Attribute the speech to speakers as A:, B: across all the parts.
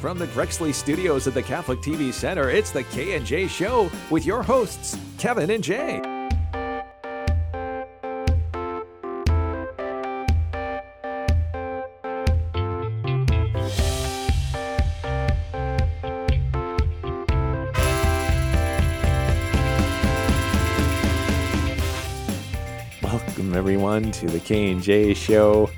A: From the Grexley Studios at the Catholic TV Center, it's the K&J Show with your hosts, Kevin and Jay. Welcome everyone to the K&J Show.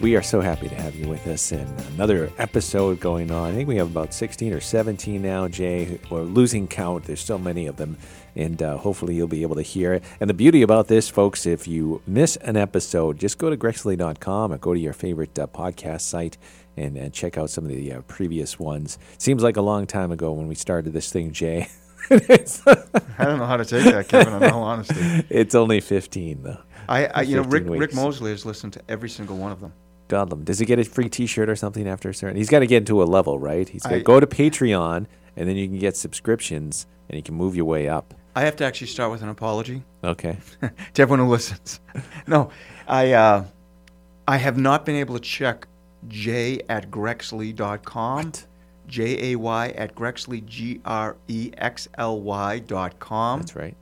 A: We are so happy to have you with us in another episode going on. I think we have about 16 or 17 now, Jay. We're losing count. There's so many of them. And uh, hopefully you'll be able to hear it. And the beauty about this, folks, if you miss an episode, just go to grexley.com or go to your favorite uh, podcast site and, and check out some of the uh, previous ones. Seems like a long time ago when we started this thing, Jay. it's,
B: I don't know how to take that, Kevin. In all honesty,
A: it's only 15, though.
B: I, I you know,
A: 15
B: Rick Rick
A: weeks.
B: Mosley has listened to every single one of them.
A: God love him. Does he get a free T-shirt or something after a certain? He's got to get into a level, right? He's got to
B: I-
A: go to Patreon, and then you can get subscriptions, and you can move your way up.
B: I have to actually start with an apology
A: Okay.
B: to everyone who listens. No, I uh, I have not been able to check j at grexley.com. J A Y at grexley g r e x l y dot com.
A: That's right.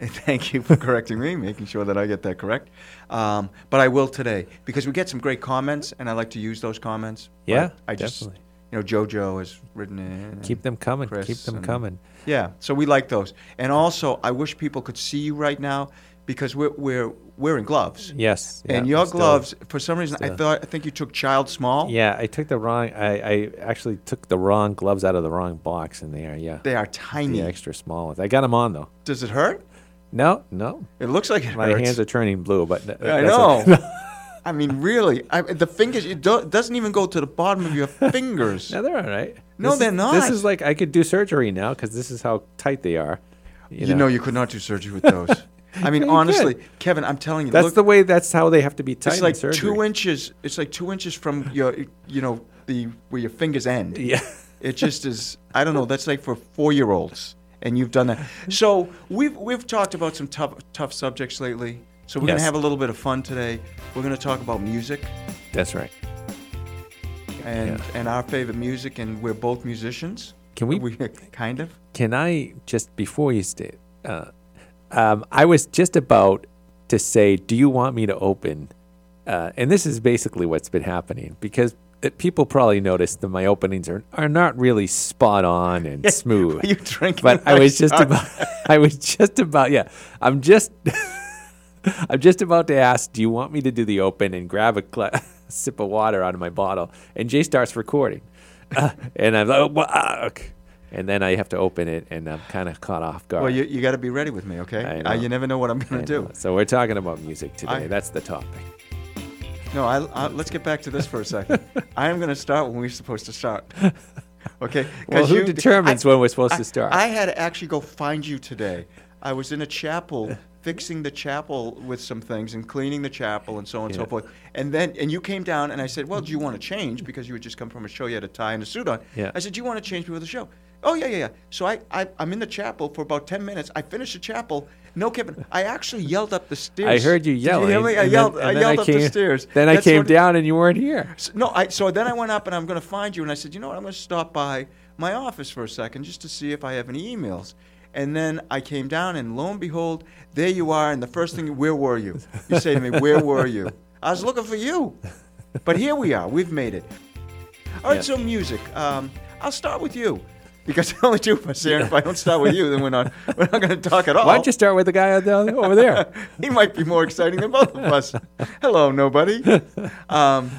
B: And Thank you for correcting me, making sure that I get that correct. Um, but I will today because we get some great comments, and I like to use those comments. but
A: Yeah,
B: I just
A: definitely.
B: you know JoJo has written in.
A: Keep them coming.
B: Chris
A: Keep them
B: and-
A: coming.
B: Yeah, so we like those, and also I wish people could see you right now because we're we're wearing gloves,
A: Yes. yeah,
B: and your
A: I'm still-
B: gloves for some reason I
A: still-
B: thought I think you took child small.
A: uh, Yeah, I took the wrong. I, I actually took the wrong gloves out of the wrong box, and they are yeah,
B: They are
A: the
B: tiny.
A: extra small ones. I got them on though.
B: Does it hurt?
A: No, no.
B: It looks like it
A: My
B: hurts.
A: hands are turning blue, but th-
B: I
A: that's
B: know.
A: okay.
B: I mean, really, I, the fingers, it do, doesn't even go to the bottom of your fingers.
A: No, they're all right.
B: No,
A: This is-
B: they're
A: This
B: not.
A: is like I could do surgery now because this is how tight they are.
B: you, know. you could not do surgery with those. I mean,
A: Yeah, you
B: honestly, Kevin, I'm telling you,
A: That's
B: look,
A: the way. That's how they have to be tight.
B: it's
A: in
B: like
A: surgery.
B: two inches. It's like two inches from your, you know, the where your fingers end.
A: Yeah.
B: It just is. I don't know. That's like for four-year-olds, and you've done that. So we've we've talked about some tough tough subjects lately. So we're
A: Yes.
B: gonna have a little bit of fun today. We're gonna talk about music
A: That's right.
B: and and our favorite music, and we're both musicians.
A: Can we-
B: We kind of.
A: Can I just before you stay? Uh, um, I was just about to say, do you want me to open? Uh, and this is basically what's been happening because uh people probably noticed that my openings are are not really spot on and smooth.
B: Are you drinking?
A: but I
B: my
A: was just
B: shot?
A: about. I was just about. Yeah, I'm just. I'm just about to ask. Do you want me to do the open and grab a cla sip of water out of my bottle? And Jay starts recording, Uh, and I'm like, oh, wha- ok." and then I have to open it, and I'm kind of caught off guard.
B: Well, you, you got to be ready with me, okay?
A: I
B: Uh,
A: know.
B: you never know what I'm going
A: And,
B: to do.
A: uh, So we're talking about music today.
B: I-
A: That's the topic.
B: No, I, I, let's get back to this for a second. I am going to start when we're supposed to start. Okay? 'Cause
A: Well, who
B: you-
A: determines
B: I-
A: when we're supposed
B: I-
A: to start?
B: I had to actually go find you today. I was in a chapel fixing the chapel with some things and cleaning the chapel and so on and so
A: Yeah.
B: forth. And then and you came down and I said, "Well, do you want to change because you had just come from a show you had a tie and a suit on?"
A: Yeah.
B: I said, "Do you want to change before the show?" Oh yeah, yeah, yeah. So I, I I'm in the chapel for about 10 minutes. I finished the chapel. No, Kevin, I actually yelled up the stairs.
A: I heard you
B: Did hear
A: yelling.
B: me? I
A: and then-
B: yelled
A: and
B: I
A: then
B: yelled up
A: came,
B: the stairs.
A: Then I
B: That's
A: came
B: what-
A: down, and you weren't here.
B: so- No, I, so then I went up and I'm going to find you. And I said, you know what? I'm going to stop by my office for a second just to see if I have any emails. And then I came down and lo and behold, there you are. And the first thing, where were you? You say to me, where were you? I was looking for you. But here we are. We've made it. All right,
A: Yeah.
B: so music. Um, I'll start with you. Because there are only two of us here, and if I don't start with you, then we're not we're not going to talk at all.
A: Why don't you start with the guy out there- over there?
B: he might be more exciting than both of us. Hello, nobody. Um,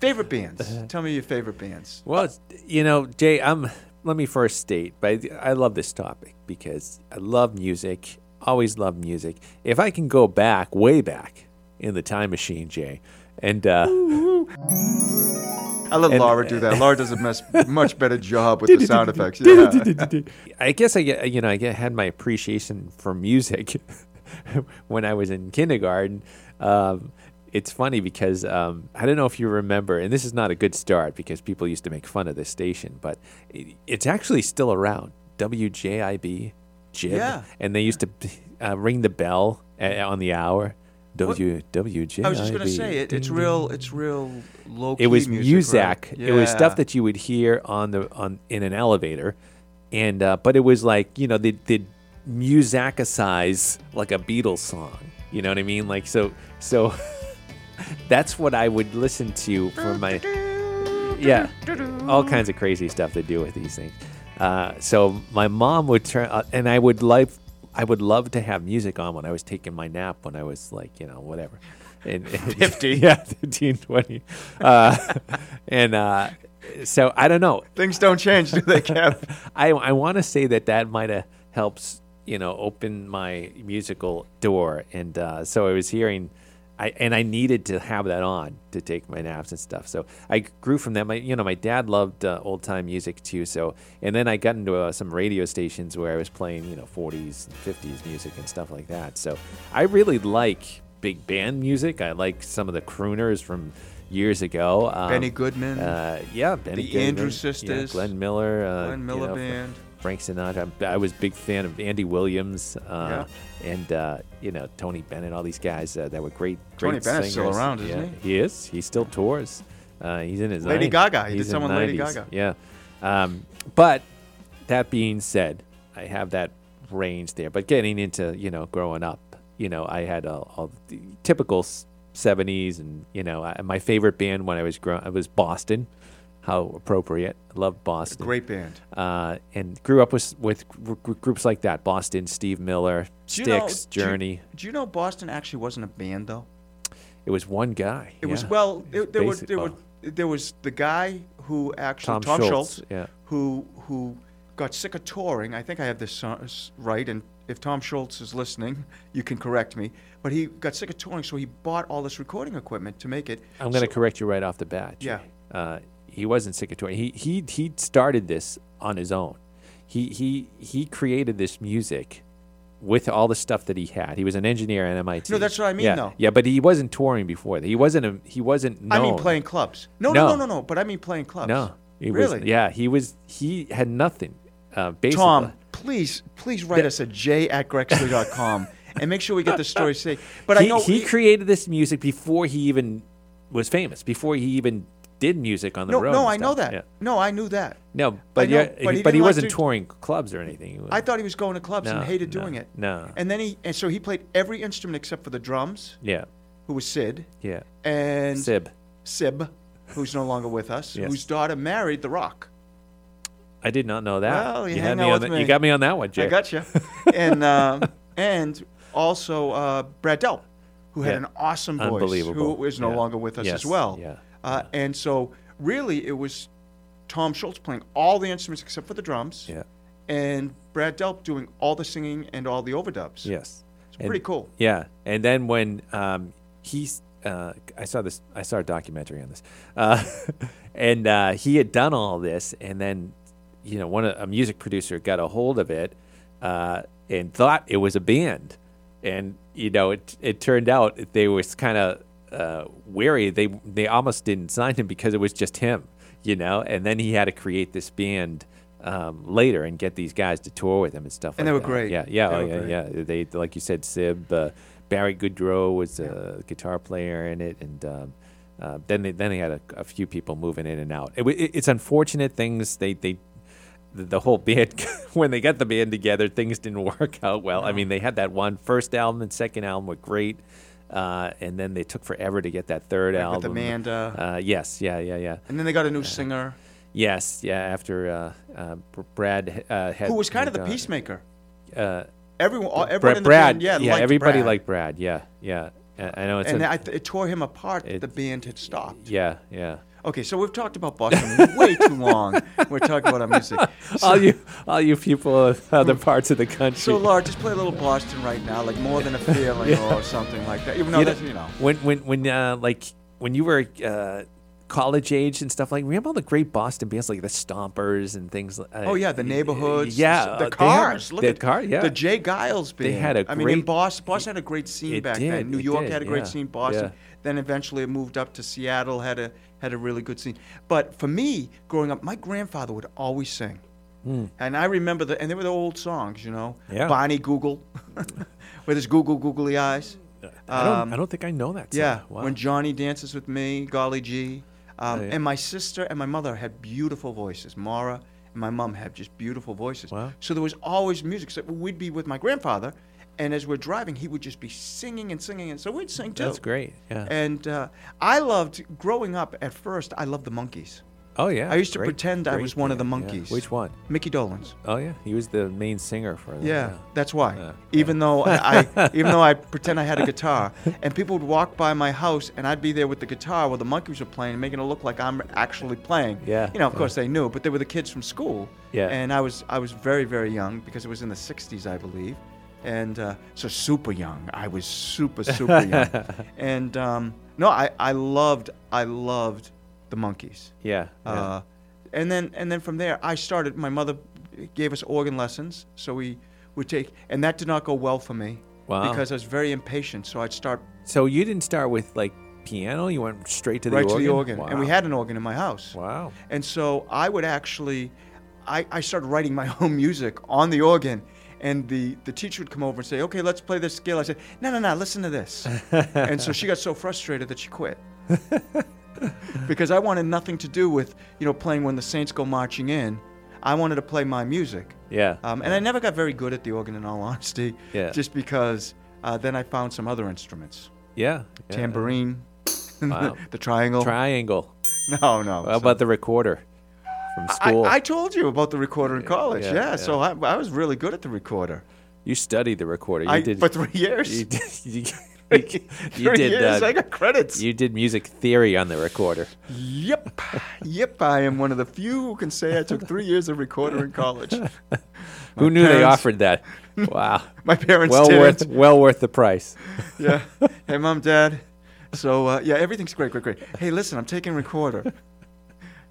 B: favorite bands. Tell me your favorite bands.
A: Well, it's- you know, Jay, I'm. Let me first state, but I I love this topic because I love music. Always love music. If I can go back, way back in the time machine, Jay, and uh,
B: I let
A: And-
B: Laura do that. Laura does a mess, much better job with the sound effects. Yeah.
A: I guess I get you know I get, had my appreciation for music when I was in kindergarten. Um, it's funny because um, I don't know if you remember, and this is not a good start because people used to make fun of this station, but it, it's actually still around. WJIB, Jib,
B: Yeah.
A: and they used to uh, ring the bell a- on the hour. W WJ.
B: I was just going to say it, it's real. It's real low.
A: It was
B: music, right?
A: Muzak. It was stuff
B: Yeah.
A: that you would hear on the on in an elevator, and uh, but it was like you know they did Muzakicize like a Beatles song. You know what I mean? Like so so. that's what I would listen to for my yeah all kinds of crazy stuff to do with these things. Uh, so my mom would turn uh, and I would like I would love to have music on when I was taking my nap when I was like you know whatever. And, 50 yeah 15 20 uh, and uh, so i don't know
B: Things don't change, do they, Kev?
A: I I want to say that that might have helped you know open my musical door, and uh, so I was hearing, I and I needed to have that on to take my naps and stuff. So I grew from that. My you know my dad loved uh, old time music too. So and then I got into uh, some radio stations where I was playing you know 40s, 50s music and stuff like that. So I really like big band music. I like some of the crooners from years ago. Um,
B: Benny Goodman.
A: uh, yeah, Benny
B: The
A: Goodman,
B: Andrews
A: yeah,
B: Sisters.
A: Glenn Miller, uh,
B: Glenn
A: you
B: Miller
A: know,
B: Band.
A: Frank Sinatra. I'm- I was a big fan of Andy Williams uh, and uh, you know Tony Bennett, all these guys uh, that were great. great
B: Tony Bennett's still
A: singers.
B: around, isn't
A: Yeah, he? is. He still tours. Uh, he's in his
B: Lady
A: 90s.
B: Gaga. He did
A: He's in
B: some on Lady
A: 90s.
B: Gaga.
A: Yeah, um, but that being said, I have that range there. But getting into you know growing up, you know I had all, all the typical s- '70s, and you know I, my favorite band when I was growing I was Boston. How appropriate! I love Boston
B: Great band.
A: uh, and grew up with with gr- gr- groups like that: Boston, Steve Miller,
B: Do you know-
A: Styx,
B: do you-
A: Journey.
B: Do you know Boston actually wasn't a band though?
A: it was one guy.
B: It was
A: yeah.
B: well. It, there, were,
A: basic-
B: there,
A: oh.
B: were, there was the guy who actually
A: Tom Schultz, yeah.
B: who who got sick of touring. I think I have this so- s- right, and if Tom Schultz is listening, you can correct me. But he got sick of touring, so he bought all this recording equipment to make it.
A: I'm going to
B: So-
A: correct you right off the bat. Jay. Uh, he wasn't sick of touring. He he he started this on his own. He he he created this music with all the stuff that he had. He was an engineer at MIT.
B: No, that's what I mean,
A: Yeah,
B: though.
A: Yeah, but he wasn't touring before that. He wasn't a, he wasn't known.
B: I mean, playing clubs. No, no, no,
A: No.
B: no, no, But I mean, playing clubs.
A: No. He
B: really.
A: Was, yeah, he was he had nothing. Uh, basically.
B: Tom, please, please write us at j at grexley.com and make sure we get the story straight. But
A: he,
B: I know
A: he created this music before he even was famous, before he even did music on the
B: No,
A: road.
B: no,
A: and
B: I know
A: stuff.
B: that.
A: Yeah.
B: No, I knew that.
A: No, but
B: know,
A: yeah,
B: but
A: he-
B: he
A: but he,
B: didn't like
A: wasn't
B: to-
A: touring clubs or anything. He was-
B: I thought he was going to clubs
A: No,
B: and hated
A: no,
B: doing it.
A: no.
B: And then he and so he played every instrument except for the drums,
A: yeah,
B: who was Sid,
A: yeah.
B: and
A: Sib,
B: Sib, who's no longer with us,
A: Yes.
B: whose daughter married The Rock.
A: I did not know that.
B: Well, you
A: you had
B: hang
A: me
B: out
A: on
B: with
A: that.
B: me.
A: You got me on that one, Jay.
B: I gotcha. and um, and also uh, Brad Delp, who had
A: Yeah.
B: an awesome voice, who
A: Unbelievable.
B: is no
A: Yeah.
B: longer with us as
A: Yes.
B: well.
A: Yeah.
B: Uh, and so really, it was Tom Schultz playing all the instruments except for the drums,
A: yeah.
B: and Brad Delp doing all the singing and all the overdubs.
A: Yes. It's
B: pretty cool.
A: Yeah, and then when um, he's, uh, I saw this, I saw a documentary on this, uh, and uh, he had done all this, and then, you know, one a music producer got a hold of it, uh, and thought it was a band, and you know, it it turned out they was kind of uh, wary. They they almost didn't sign him because it was just him, you know, and then he had to create this band. Um, later and get these guys to tour with him and stuff
B: And
A: like
B: they were
A: that.
B: great.
A: yeah yeah
B: They
A: oh,
B: were
A: yeah,
B: great.
A: yeah yeah, they like you said, Sib, uh, Barry Goodrow was a guitar player in it, and um, uh, then they then they had a, a few people moving in and out. It, wa- it, it's unfortunate things they they the, the whole band when they got the band together, things didn't work out well. I mean, they had that one first album and second album were great. Uh, and then they took forever to get that third
B: Like with
A: album.
B: Amanda.
A: Uh, yes, yeah, yeah, yeah,
B: And then they got a new singer
A: yes, yeah. After uh, uh, Br- Brad uh, had
B: who was kind of
A: had
B: the
A: gone.
B: peacemaker.
A: Uh,
B: Everyone, all, everyone
A: Brad,
B: in the
A: Brad,
B: band, yeah,
A: yeah,
B: liked
A: everybody
B: Brad.
A: liked Brad, yeah, yeah. I I know it's
B: And
A: a,
B: I th- it tore him apart. that the band had stopped.
A: yeah, yeah.
B: Okay, so we've talked about Boston way too long. We're talking about our music.
A: all you, all you people of other parts of the country.
B: So, Laura, just play a little Boston right now, like more than a feeling or something like that. Even though
A: you know,
B: that's, you know,
A: when when when uh, like when you were uh, college age and stuff like remember all the great Boston bands like the Stompers and things. like uh,
B: oh yeah, the neighborhoods,
A: yeah,
B: the,
A: uh,
B: the
A: they had-
B: cars, look
A: the
B: at
A: car, yeah.
B: the Jay Giles band.
A: had a
B: I mean, in
A: great-
B: Boston, Boston had a great scene
A: it
B: back then.
A: did,
B: New
A: it
B: York
A: did,
B: had a
A: yeah,
B: great scene. Boston,
A: yeah.
B: then eventually it moved up to Seattle, had a had a really good scene. But for me, growing up, my grandfather would always sing. And I remember the, and they were the old songs, you know,
A: Hmm. Yeah.
B: Bonnie Google, with his Google googly eyes.
A: I don't,
B: Um,
A: I don't think I know that. song.
B: Yeah,
A: Wow.
B: when Johnny dances with me, Golly G, um,
A: Oh, yeah.
B: and my sister and my mother had beautiful voices. Mara and my mom had just beautiful voices.
A: Wow.
B: So there was always music. So we'd be with my grandfather, and as we're driving, he would just be singing and singing, and so we'd sing too.
A: That's great. Yeah.
B: And uh, I loved growing up. At first, I loved the monkeys.
A: oh yeah.
B: I used to
A: great-
B: pretend I
A: great
B: was one of the
A: band, yeah.
B: monkeys.
A: Which one?
B: Mickey Dolenz.
A: Oh yeah, he was the main singer for that.
B: Yeah, that's why.
A: Yeah,
B: even though I, I even though I pretend I had a guitar, and people would walk by my house, and I'd be there with the guitar while the monkeys were playing, making it look like I'm actually playing.
A: Yeah,
B: You know, of
A: yeah.
B: course they knew, but they were the kids from school.
A: Yeah.
B: And I was I was very very young because it was in the '60s, I believe, and uh, so super young. I was super super young, and um, no, I I loved I loved the monkeys.
A: Yeah. yeah.
B: Uh, and then and then from there, I started. My mother gave us organ lessons, so we would take, and that did not go well for me
A: Wow.
B: because I was very impatient. So I'd start
A: so you didn't start with like piano. You went straight to the
B: right
A: organ.
B: to the organ, and we
A: Wow.
B: had an organ in my house.
A: Wow.
B: And so I would actually, I, I started writing my own music on the organ. And the, the teacher would come over and say, okay, let's play this scale. I said, no, no, no, listen to this. and so she got so frustrated that she quit. because I wanted nothing to do with, you know, playing When the Saints Go Marching In. I wanted to play my music.
A: Yeah.
B: Um, and I never got very good at the organ, in all honesty,
A: Yeah.
B: just because uh, then I found some other instruments.
A: yeah. yeah.
B: Tambourine,
A: Wow.
B: the triangle.
A: Triangle.
B: no, no.
A: How
B: so-
A: about the recorder from school?
B: I, I told you about the recorder in college.
A: yeah,
B: Yeah,
A: yeah.
B: so I, I was really good at the recorder.
A: you studied the recorder. You
B: I
A: did
B: for three years.
A: You did. You, you,
B: Three
A: you did.
B: years.
A: uh,
B: I got credits.
A: you did music theory on the recorder.
B: yep, yep. I am one of the few who can say I took three years of recorder in college.
A: Who knew they
B: parents-
A: offered that? Wow.
B: My parents
A: well
B: did
A: worth well worth the price.
B: Yeah. Hey, mom, dad. So uh, yeah, everything's great, great, great. Hey, listen, I'm taking recorder.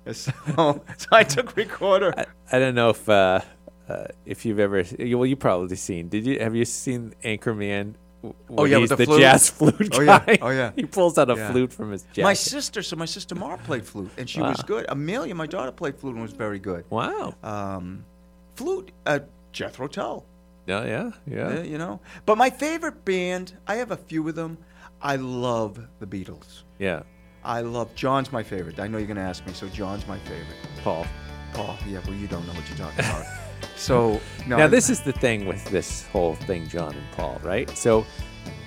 B: Yeah, So, so I took recorder.
A: I, I don't know if uh, uh, if you've ever you- well you probably seen. Did you have you seen Anchorman? w- when
B: Oh, yeah, with
A: he's
B: the
A: the,
B: flute?
A: jazz flute
B: Oh, yeah.
A: guy.
B: Oh, yeah.
A: he pulls out a
B: Yeah.
A: flute from his jacket.
B: My sister, so my sister Mara played flute, and she
A: Uh-huh.
B: was good. Amelia, my daughter, played flute and was very good.
A: wow.
B: um, flute, uh, Jethro Tull,
A: Yeah, yeah, yeah.
B: uh, you know. But my favorite band, I have a few of them. I love the Beatles.
A: Yeah.
B: I love John's my favorite. I know you're gonna ask me, so John's my favorite.
A: Paul.
B: Oh yeah, well you don't know what you're talking about. so no,
A: Now this is the thing with this whole thing, John and Paul, right? So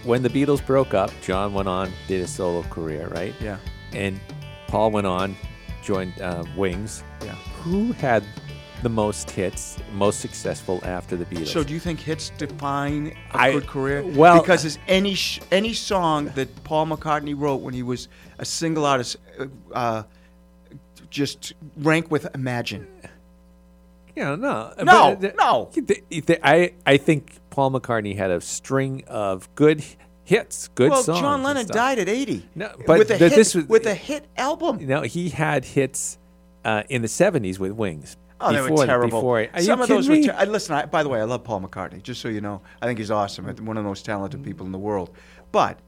A: when the Beatles broke up, John went on, did his solo career, right?
B: yeah,
A: And Paul went on, joined uh, Wings.
B: yeah.
A: Who had the most hits, most successful after the Beatles?
B: So do you think hits define a
A: I-
B: good career?
A: well-
B: because is any sh- any song that Paul McCartney wrote when he was a single artist uh, uh, just rank with Imagine?
A: Yeah, no,
B: No,
A: but, uh,
B: no.
A: th- th- I I think Paul McCartney had a string of good h- hits, good
B: Well,
A: songs.
B: John
A: and
B: Lennon
A: stuff.
B: died at 80.
A: No, but
B: with a
A: th-
B: hit,
A: this was-
B: with a hit album.
A: You know, he had hits uh, in the '70s with Wings.
B: Oh, they
A: before-
B: were terrible.
A: Before, are
B: Some
A: you
B: of those
A: kidding me?
B: were. Ter- I- listen, I, by the way, I love Paul McCartney. Just so you know, I think he's awesome. I think One of the most talented people in the world. But,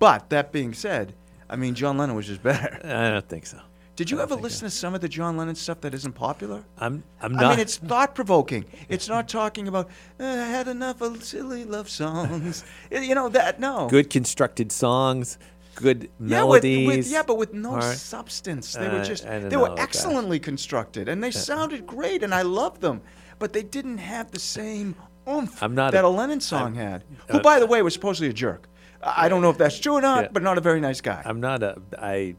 B: but that being said, I mean, John Lennon was just better.
A: I don't think so.
B: Did you ever listen to some of the John Lennon stuff that isn't popular?
A: I'm I'm
B: I
A: not.
B: mean, it's thought provoking. It's not talking about "Eh, I had enough of silly love songs. you know that no.
A: good constructed songs, good
B: Yeah, with,
A: melodies.
B: with, yeah, but with no
A: Alright.
B: substance. They were
A: Uh,
B: just
A: I don't
B: they
A: know
B: were
A: about that.
B: excellently constructed and they sounded great and I loved them, but they didn't have the same oomph
A: I'm not
B: that
A: a-
B: a, Lennon song had. Who, by the way, was supposedly a jerk. I I don't know if that's true or not,
A: Yeah.
B: but not a very nice guy.
A: I'm not a I,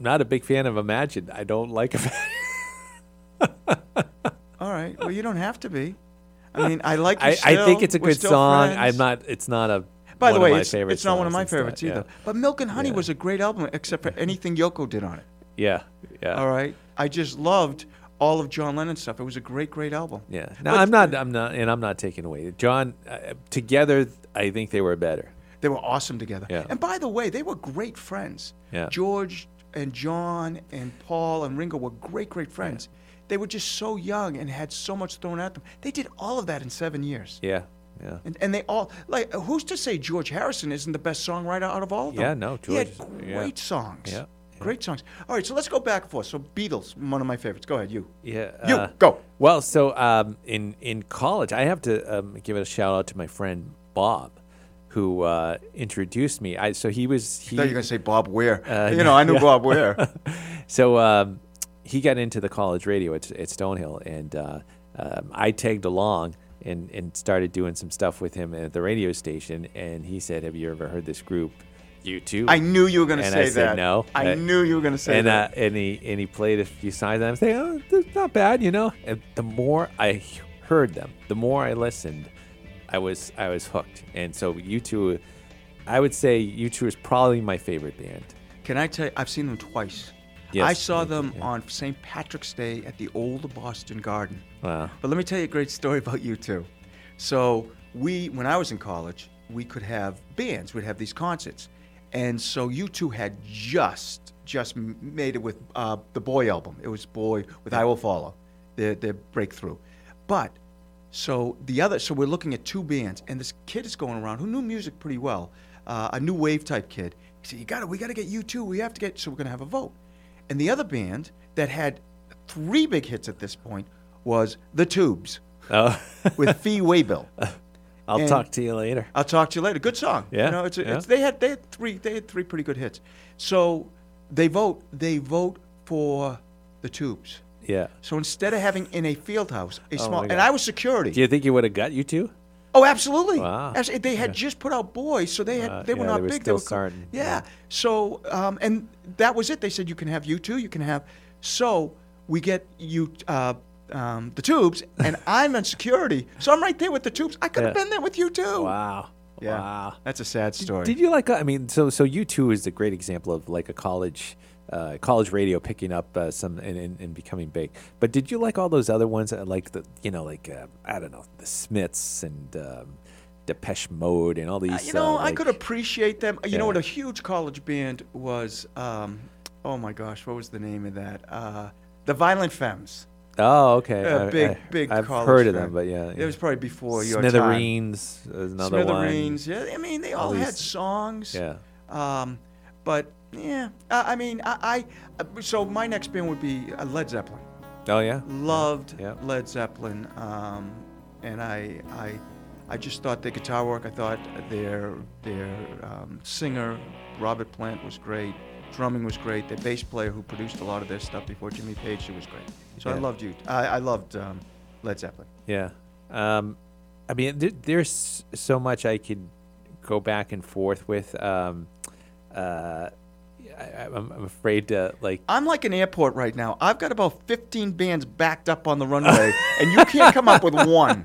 A: not a big fan of Imagine. I don't like Imagine.
B: All right, well you don't have to be. I mean, I like. You
A: I, I think
B: still.
A: it's a
B: We're
A: good
B: still
A: song.
B: friends.
A: I'm not. It's not a. one
B: By the
A: of
B: way,
A: my
B: it's,
A: favorite
B: it's not one of
A: songs
B: my
A: and stuff,
B: favorites
A: yeah.
B: either. But Milk and Honey was a great album, except for anything Yoko did on it.
A: Yeah, yeah,
B: All right, I just loved all of John Lennon stuff. It was a great, great album.
A: yeah. No, I'm not. I'm not, and I'm not taking away John. Uh, together, I think they were better.
B: They were awesome together.
A: Yeah.
B: And by the way, they were great friends.
A: Yeah.
B: George and John and Paul and Ringo were great, great friends. They were just so young and had so much thrown at them. They did all of that in seven years.
A: Yeah, yeah.
B: And, and they all like who's to say George Harrison isn't the best songwriter out of all of them?
A: Yeah, no,
B: he had
A: George is-
B: great
A: yeah.
B: songs.
A: Yeah,
B: great songs. All right, so let's go back and forth. So Beatles, one of my favorites. Go ahead, you.
A: Yeah.
B: You,
A: uh,
B: go.
A: Well, so um, in in college, I have to um, give a shout out to my friend Bob, who uh, introduced me. I so he was he,
B: I thought you were gonna say Bob Weir.
A: Uh,
B: you know, I knew
A: yeah.
B: Bob Weir.
A: so um, he got into the college radio at, at Stonehill, and uh, um, I tagged along and, and started doing some stuff with him at the radio station. And he said, "Have you ever heard this group, You Too?"
B: I knew you were gonna
A: And
B: say
A: I said
B: that.
A: no.
B: I
A: Uh,
B: knew you were gonna say
A: and uh,
B: that.
A: and he and he played a few songs, and I'm thinking, "Oh, that's not bad," you know. And the more I h- heard them, the more I listened, I was I was hooked. And so U two, I would say U two is probably my favorite band.
B: Can I tell you? I've seen them twice.
A: Yes,
B: I saw
A: me too,
B: them
A: yeah.
B: on St. Patrick's Day at the old Boston Garden.
A: Wow.
B: But let me tell you a great story about you two. So we, when I was in college, we could have bands. We'd have these concerts, and so you two had just just m- made it with uh, the Boy album. It was Boy with I Will Follow, their their breakthrough. But so the other, so we're looking at two bands, and this kid is going around who knew music pretty well, uh, a new wave type kid. He said, "You got to, we got to get you two. We have to get." So we're gonna have a vote, and the other band that had three big hits at this point was The Tubes
A: Oh,
B: with Fee Waybill.
A: I'll
B: And-
A: talk to you later.
B: I'll talk to you later. Good song.
A: Yeah,
B: You know, it's,
A: yeah.
B: it's they had they had three they had three pretty good hits. So they vote they vote for The Tubes.
A: Yeah.
B: So instead of having in a field house, a
A: Oh my
B: small
A: God.
B: and I was security.
A: Do you think you would have got you two?
B: Oh, absolutely.
A: Wow.
B: Abso- They had just put out boys, so they had
A: Uh,
B: they were
A: yeah,
B: not
A: they were
B: big.
A: still
B: they were co-
A: starting,
B: Yeah.
A: yeah.
B: So um, and that was it. They said you can have you two, you can have. So we get you uh, um, the tubes, and I'm in security, so I'm right there with the tubes. I could have
A: Yeah.
B: been there with you too.
A: Wow.
B: Yeah.
A: Wow.
B: That's a sad story.
A: Did you like? uh, I mean, so so U two is a great example of like a college. Uh, college radio picking up uh, some and, and, and becoming big, but did you like all those other ones? uh, Like the you know, like uh, I don't know, the Smiths and um, Depeche Mode and all these.
B: Uh, you know,
A: uh,
B: I could
A: like-
B: appreciate them. You know
A: Yeah.
B: what? A huge college band was. Um, oh my gosh, what was the name of that? Uh, the Violent Femmes.
A: Oh, okay.
B: A
A: I-
B: big,
A: I-
B: big.
A: I've
B: college
A: heard of
B: band.
A: them, but yeah,
B: it
A: yeah.
B: was probably before your time.
A: Smithereens is another
B: Smithereens. Yeah, I mean, they all,
A: All
B: had
A: these-
B: songs.
A: one. Yeah.
B: Um, but yeah, I, I mean, I, I uh, so my next band would be uh, Led Zeppelin.
A: Oh yeah.
B: Loved
A: Yeah.
B: Led Zeppelin. Um, and I, I, I just thought their guitar work. I thought their their um, singer Robert Plant was great. Drumming was great. Their bass player, who produced a lot of their stuff before Jimmy Page, she was great. So I
A: Yeah.
B: loved you. I, I loved um, Led Zeppelin.
A: Yeah. Um, I mean, th- there's so much I could go back and forth with. Um, uh, I, I'm, I'm afraid to like.
B: I'm like an airport right now. I've got about 15 bands backed up on the runway, and you can't come up with one.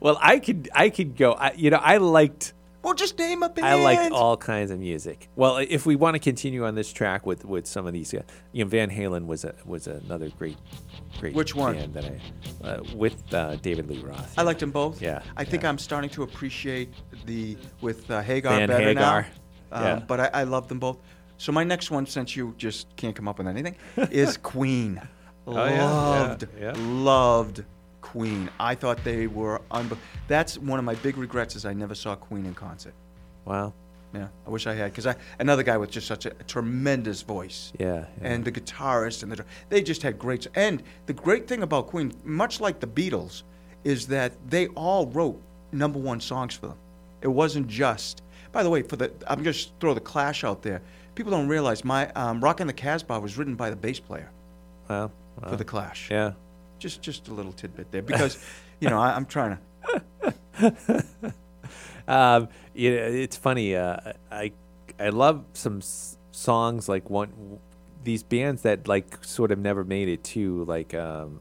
A: Well, I could, I could go. I, you know, I liked,
B: Well, just name a band.
A: I liked all kinds of music. Well, if we want to continue on this track with with some of these, uh, you know, Van Halen was a was another great, great
B: Which one?
A: band that I uh, with uh, David Lee Roth.
B: I liked them both.
A: Yeah,
B: I think
A: yeah.
B: I'm starting to appreciate the with uh, Hagar
A: Van
B: better
A: Hagar.
B: now. Um,
A: Yeah.
B: But I, I love them both. So my next one, since you just can't come up with anything, is Queen.
A: Oh, yeah, yeah,
B: loved,
A: yeah.
B: loved Queen. I thought they were unbe- That's one of my big regrets is I never saw Queen in concert.
A: wow.
B: Yeah, I wish I had because I another guy with just such a tremendous voice.
A: Yeah, yeah.
B: and the guitarist and the they just had great. And the great thing about Queen, much like the Beatles, is that they all wrote number one songs for them. It wasn't just. By the way, for the I'm just throw the Clash out there. People don't realize my um, "Rockin' the Casbah" was written by the bass player
A: Wow.
B: for
A: wow.
B: the Clash.
A: Yeah.
B: Just just a little tidbit there because, you know, I, I'm trying to.
A: um, you know, it's funny. Uh, I I love some s- songs like one these bands that like sort of never made it to like um,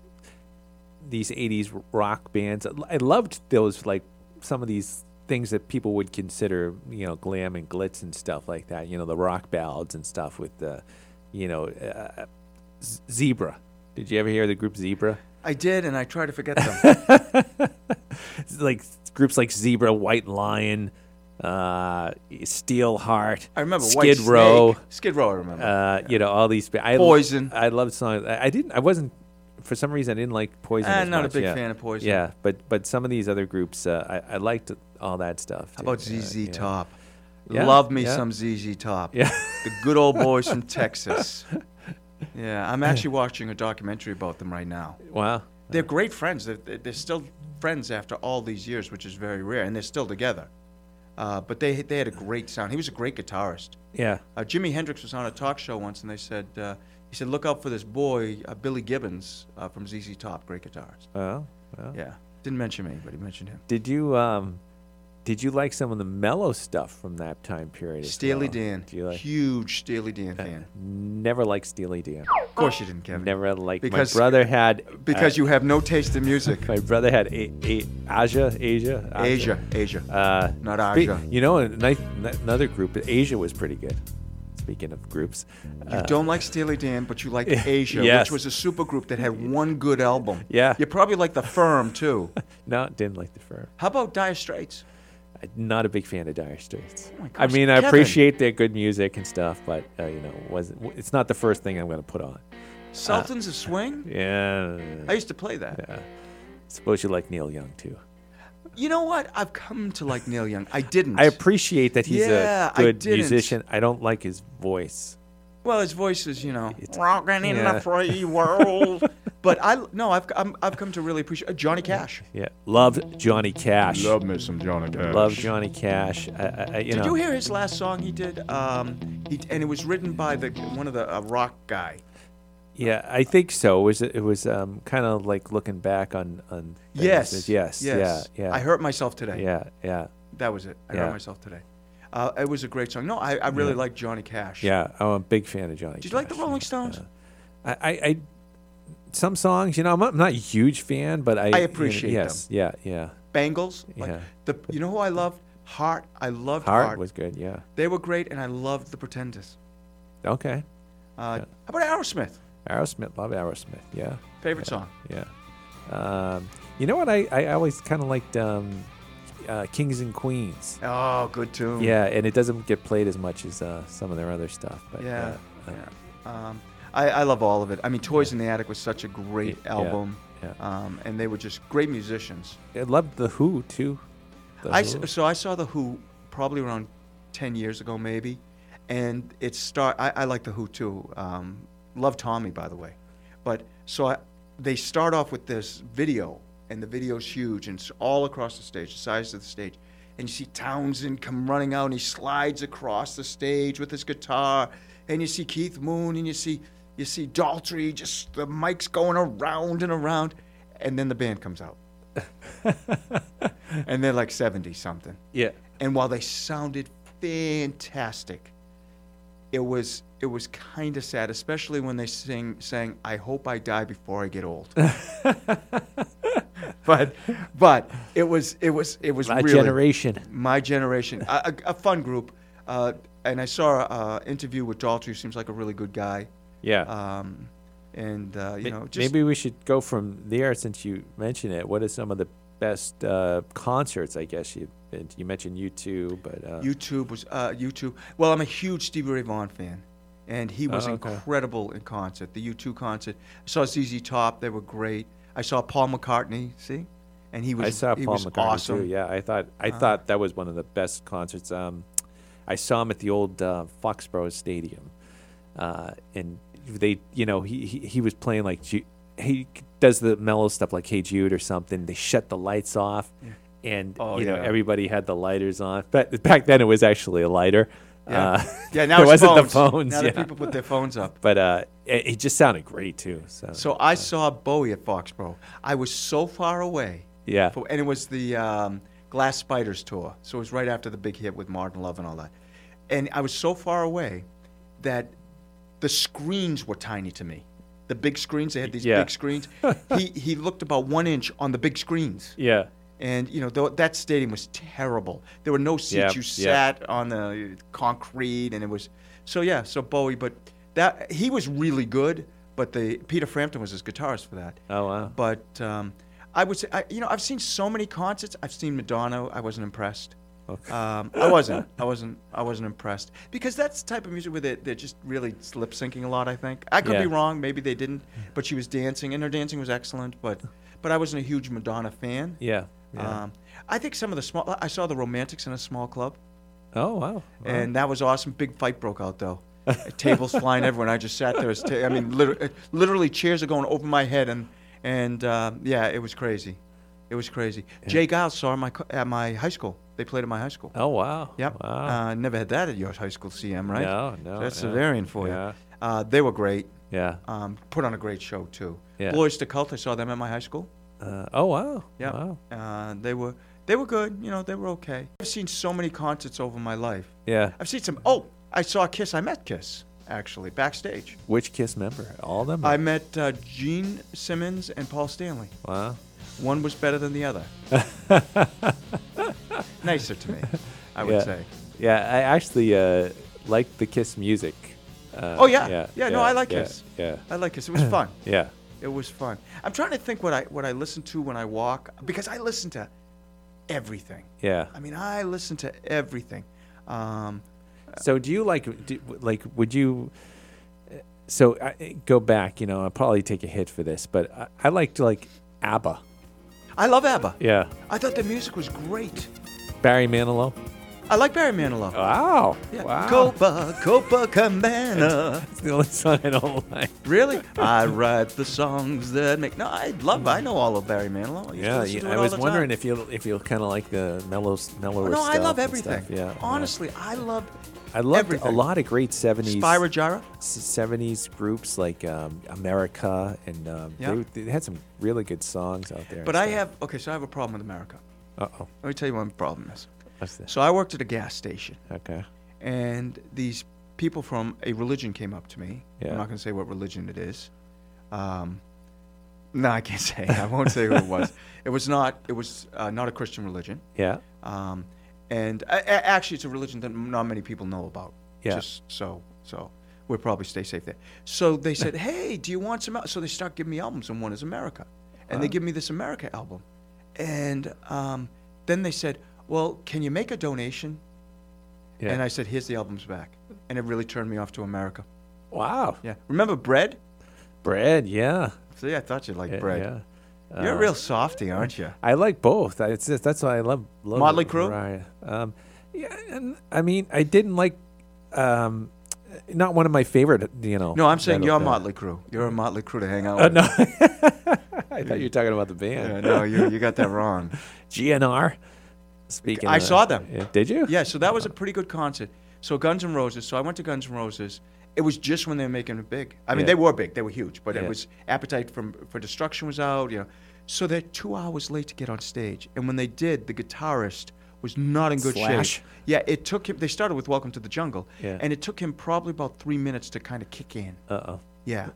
A: these '80s rock bands. I loved those like some of these things that people would consider you know glam and glitz and stuff like that. You know the rock ballads and stuff with the you know uh, Z- Zebra. Did you ever hear the group Zebra?
B: I did, and I try to forget them.
A: like groups like Zebra, White Lion, uh, Steel Heart,
B: I remember White
A: Skid Row,
B: Snake. Skid Row. I remember.
A: uh, you know all these. ba- I,
B: Poison.
A: I love songs. I, I didn't. I wasn't. For some reason, I didn't like Poison.
B: Ah,
A: as
B: not a
A: much,
B: big
A: yeah.
B: fan of Poison.
A: Yeah, but but some of these other groups, uh, I, I liked all that stuff.
B: How about ZZ Top?
A: Yeah,
B: Love me
A: yeah.
B: some ZZ Top.
A: Yeah.
B: The good old boys from Texas. Yeah, I'm actually watching a documentary about them right now.
A: Wow.
B: They're great friends. They're, they're they're still friends after all these years, which is very rare, and they're still together. Uh, but they they had a great sound. He was a great guitarist.
A: Yeah.
B: Uh, Jimi Hendrix was on a talk show once, and they said uh, he said, "Look out for this boy, uh, Billy Gibbons uh, from ZZ Top, great guitarist."
A: Well, well.
B: Yeah, didn't mention me, but he mentioned him.
A: Did you um, did you like some of the mellow stuff from that time period? as
B: Steely
A: well?
B: Dan,
A: Do you like?
B: huge Steely Dan fan.
A: Never liked Steely Dan.
B: Of course you didn't, Kevin.
A: Never liked.
B: Because-
A: my brother had uh,
B: Because you have no taste in music.
A: My brother had a, a, Asia, Asia,
B: Asia, Asia.
A: Uh,
B: Not
A: spe-
B: Asia.
A: You know, a nice, n- another group, Asia was pretty good. Speaking of groups,
B: You
A: uh,
B: don't like Steely Dan, but you like Asia,
A: yes.
B: which was a supergroup that had one good album.
A: Yeah.
B: You probably like The Firm, too.
A: no, didn't like the firm.
B: How about Dire Straits?
A: I'm not a big fan of Dire Straits.
B: Oh my
A: I
B: gosh,
A: mean, I
B: Kevin.
A: appreciate their good music and stuff, but uh, you know, wasn't w- it's not the first thing I'm going to put on.
B: Sultans of Swing?
A: Yeah,
B: I used to play that.
A: yeah. Suppose you like Neil Young too.
B: You know what? I've come to like Neil Young. I didn't.
A: I appreciate that he's
B: Yeah,
A: a
B: I
A: good
B: didn't.
A: musician. I don't like his voice.
B: well, his voice is, you know,
A: It's-
B: rocking in
A: yeah.
B: the free world. but I no, I've I'm, I've come to really appreciate uh, Johnny Cash.
A: Yeah, loved Johnny Cash.
B: me some Johnny Cash.
A: Love Johnny Cash. I, I, I- you
B: Did
A: know,
B: you hear his last song he did? Um, he, and it was written by the one of the uh, rock guy.
A: yeah, I think so. It was it was um, kind of like looking back on on. things.
B: Yes.
A: yes,
B: Yes.
A: yeah, yeah,
B: I hurt myself today.
A: yeah, yeah,
B: That was it. I
A: Yeah.
B: hurt myself today. Uh, it was a great song. No, I, I really like Johnny Cash.
A: yeah. Oh, I'm a big fan of Johnny.
B: Did you like the
A: Cash.
B: Rolling Stones?
A: I, I, I some songs, you know, I'm not, I'm not a huge fan, but I
B: I appreciate
A: you know, yes, yeah, yeah.
B: Bangles. Like
A: Yeah.
B: the, you know who I loved? Heart. I loved
A: Heart
B: Heart.
A: was good, yeah.
B: They were great, and I loved the Pretenders.
A: Okay,
B: Uh, How about Aerosmith?
A: Aerosmith, love Aerosmith, yeah,
B: Favorite song?
A: yeah. Um, you know what? I I always kind of liked um, uh, Kings and Queens.
B: Oh, good tune.
A: Yeah, and it doesn't get played as much as uh, some of their other stuff. But
B: Yeah.
A: uh, uh,
B: yeah. Um, I, I love all of it. I mean, Toys in the Attic was such a great
A: Yeah,
B: album.
A: yeah.
B: Um, and they were just great musicians.
A: I loved the Who too. The
B: I
A: Who.
B: s- so I saw the Who probably around ten years ago, maybe, and it start. I, I like the Who too. Um, love Tommy, by the way, but so I, they start off with this video, and the video's huge, and it's all across the stage, the size of the stage, and you see Townsend come running out, and he slides across the stage with his guitar, and you see Keith Moon, and you see you see Daltrey, just the mic's going around and around, and then the band comes out. and they're like 70 something.
A: yeah,
B: And while they sounded fantastic, it was it was kind of sad, especially when they sing sang "I hope I die before I get old." but but it was it was it was
A: my
B: really
A: generation.
B: my generation, a, a, a fun group. Uh, and I saw an interview with Daltrey, who seems like a really good guy.
A: Yeah.
B: Um, and uh, you
A: Ma-
B: know, just
A: Maybe we should go from there since you mentioned it. What are some of the best uh, concerts? I guess you you mentioned you two, but uh,
B: YouTube was uh, YouTube. Well, I'm a huge Stevie Ray Vaughan fan, and he was
A: Oh, okay.
B: incredible in concert. The U2 concert. I saw ZZ Top; they were great. I saw Paul McCartney. See, and he was
A: I saw
B: he
A: Paul
B: was
A: McCartney
B: awesome. Uh-huh.
A: too. Yeah, I thought I thought that was one of the best concerts. Um, I saw him at the old uh, Foxborough Stadium, uh, and they, you know, he he, he was playing like Ju- he does the mellow stuff like Hey Jude or something. They shut the lights off, and
B: Oh,
A: you know
B: yeah.
A: everybody had the lighters on. But back then it was actually a lighter.
B: Yeah.
A: Uh,
B: Yeah, now
A: there
B: it's
A: wasn't
B: phones.
A: the phones.
B: Now
A: yeah.
B: that people put their phones up.
A: but uh, it, it just sounded great too. So,
B: So I saw Bowie at Foxborough. I was so far away.
A: yeah,
B: For- and it was the um, Glass Spiders tour. So it was right after the big hit with Martin Love and all that. And I was so far away that the screens were tiny to me. The big screens, they had these
A: Yeah.
B: big screens. he, he looked about one inch on the big screens.
A: yeah,
B: And, you know, tho- that stadium was terrible. There were no seats.
A: Yeah,
B: you
A: yeah.
B: sat on the concrete, and it was. So, yeah, so Bowie, but that he was really good, but the Peter Frampton was his guitarist for that.
A: Oh, wow.
B: But um, I would say, I, you know, I've seen so many concerts. I've seen Madonna. I wasn't impressed.
A: Okay.
B: Um, I wasn't. I wasn't. I wasn't impressed because that's the type of music where they, they're just really lip syncing a lot. I think I could
A: Yeah.
B: be wrong. Maybe they didn't. But she was dancing, and her dancing was excellent. But but I wasn't a huge Madonna fan.
A: yeah. yeah.
B: Um, I think some of the small. I saw the Romantics in a small club,
A: oh wow.
B: and that was awesome. Big fight broke out though. Tables flying everywhere. and I just sat there. As ta- I mean, literally, literally, chairs are going over my head, and and um yeah, it was crazy. It was crazy. Jay Giles saw her at my co- at my high school. They played at my high school.
A: Oh wow.
B: Yep.
A: Wow.
B: Uh, never had that at your high school CM, right?
A: No, no,
B: That's
A: no.
B: a variant for
A: Yeah.
B: you. Uh, they were great.
A: yeah.
B: Um, put on a great show too.
A: Yeah.
B: Boys to Cult, I saw them at my high school.
A: Uh, oh wow.
B: Yeah.
A: Wow.
B: Uh, they were they were good. You know, they were okay. I've seen so many concerts over my life.
A: Yeah.
B: I've seen some. Oh, I saw Kiss. I met Kiss actually backstage.
A: Which Kiss member? All of them?
B: I met uh, Gene Simmons and Paul Stanley.
A: wow.
B: One was better than the other. Nicer to me, I would
A: yeah.
B: say.
A: Yeah, I actually uh, like the Kiss music. Uh,
B: Oh yeah, yeah. no, I like
A: yeah,
B: Kiss.
A: Yeah.
B: I like Kiss. It was fun.
A: Yeah.
B: It was fun. I'm trying to think what I what I listen to when I walk because I listen to everything.
A: Yeah.
B: I mean, I listen to everything. Um,
A: So do you like do, like would you so I, go back, you know, I'll probably take a hit for this, but I, I liked like ABBA.
B: I love ABBA.
A: Yeah.
B: I thought the music was great.
A: Barry Manilow.
B: I like Barry Manilow.
A: Wow.
B: Yeah.
A: Oh, Wow.
B: Copa, Copa Cabana.
A: That's the only song I don't like.
B: really? I write the songs that make. No, I love. I know all of Barry Manilow. I used to
A: Yeah,
B: listen
A: yeah,
B: to it
A: I
B: all
A: was
B: the
A: wondering
B: time. Oh,
A: if you if you kind of like the mellow, mellower
B: No,
A: stuff.
B: I love
A: and
B: everything.
A: stuff. Yeah, yeah.
B: Honestly, I love.
A: I loved
B: everything.
A: a lot of great '70s
B: Spyro Gyra.
A: '70s groups like um, America, and um,
B: Yeah.
A: they, they had some really good songs out there.
B: But I have. Okay, so I have a problem with America.
A: Uh oh.
B: Let me tell you what my problem is.
A: What's this?
B: So I worked at a gas station,
A: Okay.
B: and these people from a religion came up to me.
A: Yeah.
B: I'm not going to say what religion it is. Um, no, I can't say. I won't say who it was. It was not. It was uh, not a Christian religion.
A: Yeah.
B: Um, and a- a- actually, it's a religion that not many people know about.
A: Yeah.
B: Just so so we'll probably stay safe there. So they said, "Hey, do you want some?" Al-? So they start giving me albums, and one is America, and
A: Uh-huh.
B: they give me this America album, and um, then they said, "Well, can you make a donation?"
A: Yeah.
B: And I said, "Here's the albums back," and it really turned me off to America.
A: wow.
B: Yeah. Remember bread?
A: Bread. Yeah.
B: See, I thought you'd like
A: Yeah,
B: bread.
A: Yeah.
B: You're
A: Uh,
B: a real softy, aren't you?
A: I like both. I- It's just, that's why I love, love
B: Motley Crue?
A: Mariah. Um, yeah, and I mean, I didn't like, um, not one of my favorite. You know.
B: No, I'm saying
A: metal
B: you're a
A: bands.
B: Motley Crue. You're a Motley Crue to hang out
A: Uh,
B: with.
A: no, Oh, I thought you were talking about the
B: Yeah,
A: band
B: no, you you got that wrong.
A: GNR. Speaking,
B: I
A: of-
B: saw them.
A: Yeah, Did you?
B: Yeah, so that was a pretty good concert. So Guns N' Roses. So I went to Guns N' Roses. It was just when they were making it big. I mean,
A: Yeah.
B: they were big. They were huge. But
A: Yeah.
B: it was Appetite from for Destruction was out. You know, so they're two hours late to get on stage. And when they did, the guitarist was not in good
A: Slash.
B: shape. Yeah, it took him. They started with Welcome to the Jungle.
A: Yeah.
B: And it took him probably about three minutes to kind of kick in.
A: Uh oh.
B: Yeah,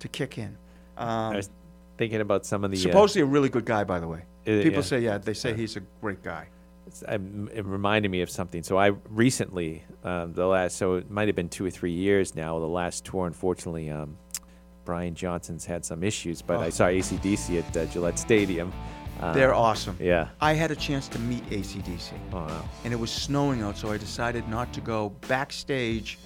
B: to kick in.
A: I
B: Um,
A: was thinking about some of the. uh,
B: supposedly a really good guy, by the way.
A: Uh,
B: People
A: yeah.
B: say yeah. They say he's a great guy.
A: it's- I- it reminded me of something. So I recently, um, the last, so it might have been two or three years now. The last tour, unfortunately, um, Brian Johnson's had some issues. But I
B: Oh.
A: saw ACDC at uh, Gillette Stadium. Uh,
B: They're awesome.
A: Yeah.
B: I had a chance to meet ACDC,
A: Oh, wow.
B: and it was snowing out, so I decided not to go backstage.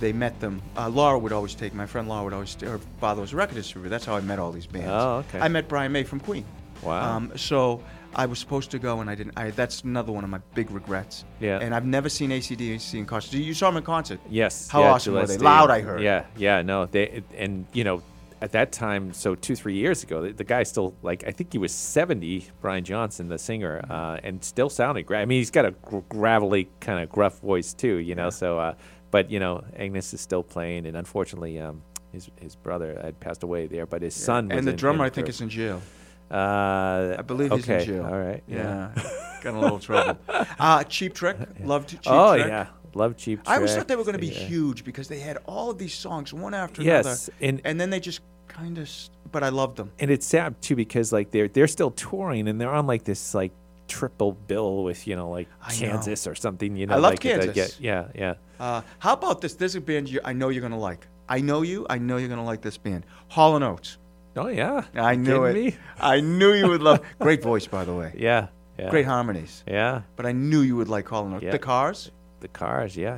B: They met them. Uh, Laura would always take my friend Laura would always. Her father was a record distributor. That's how I met all these bands.
A: Oh, okay.
B: I met Brian May from Queen.
A: Wow.
B: Um, so I was supposed to go, and I didn't. I, that's another one of my big regrets.
A: Yeah.
B: And I've never seen ACDC in concert. You saw them in concert.
A: Yes.
B: How
A: yeah,
B: awesome were
A: Gillette
B: they?
A: Stadium.
B: Loud, I heard.
A: Yeah, yeah, no, they it- and you know at that time, so two three years ago, the, the guy still like I think he was seventy, Brian Johnson, the singer,
B: Mm-hmm.
A: uh, and still sounded great. I mean, he's got a gr- gravelly kind of gruff voice too, you know. So, uh, but you know, Agnes is still playing, and unfortunately, um, his his brother had passed away there, but his son was
B: And the
A: in-
B: drummer,
A: in
B: I think,
A: group.
B: is in jail.
A: Uh,
B: I believe he's
A: okay,
B: in jail.
A: All right.
B: Yeah. Got in a little trouble. Uh, Cheap Trick. Loved Cheap
A: Oh
B: Trick.
A: yeah, love cheap.
B: I always
A: Trick,
B: thought they were going to be
A: yeah.
B: huge because they had all of these songs one after
A: Yes,
B: another.
A: and-
B: and then they just kind of. But I loved them.
A: and it's sad too because like they're they're still touring and they're on like this like triple bill with you know like
B: I know.
A: Kansas or something. You know,
B: I love
A: like, that
B: Kansas.
A: get- yeah, yeah.
B: Uh, how about this? This is a band you, I know you're going to like. I know you. I know you're going to like this band, Hall and Oates.
A: Oh yeah.
B: I
A: You
B: knew it.
A: kidding me?
B: I knew you would love. Great voice, by the way.
A: Yeah. Yeah.
B: Great harmonies.
A: Yeah.
B: But I knew you would like Hall and Oates.
A: Yeah.
B: The Cars,
A: The Cars. Yeah.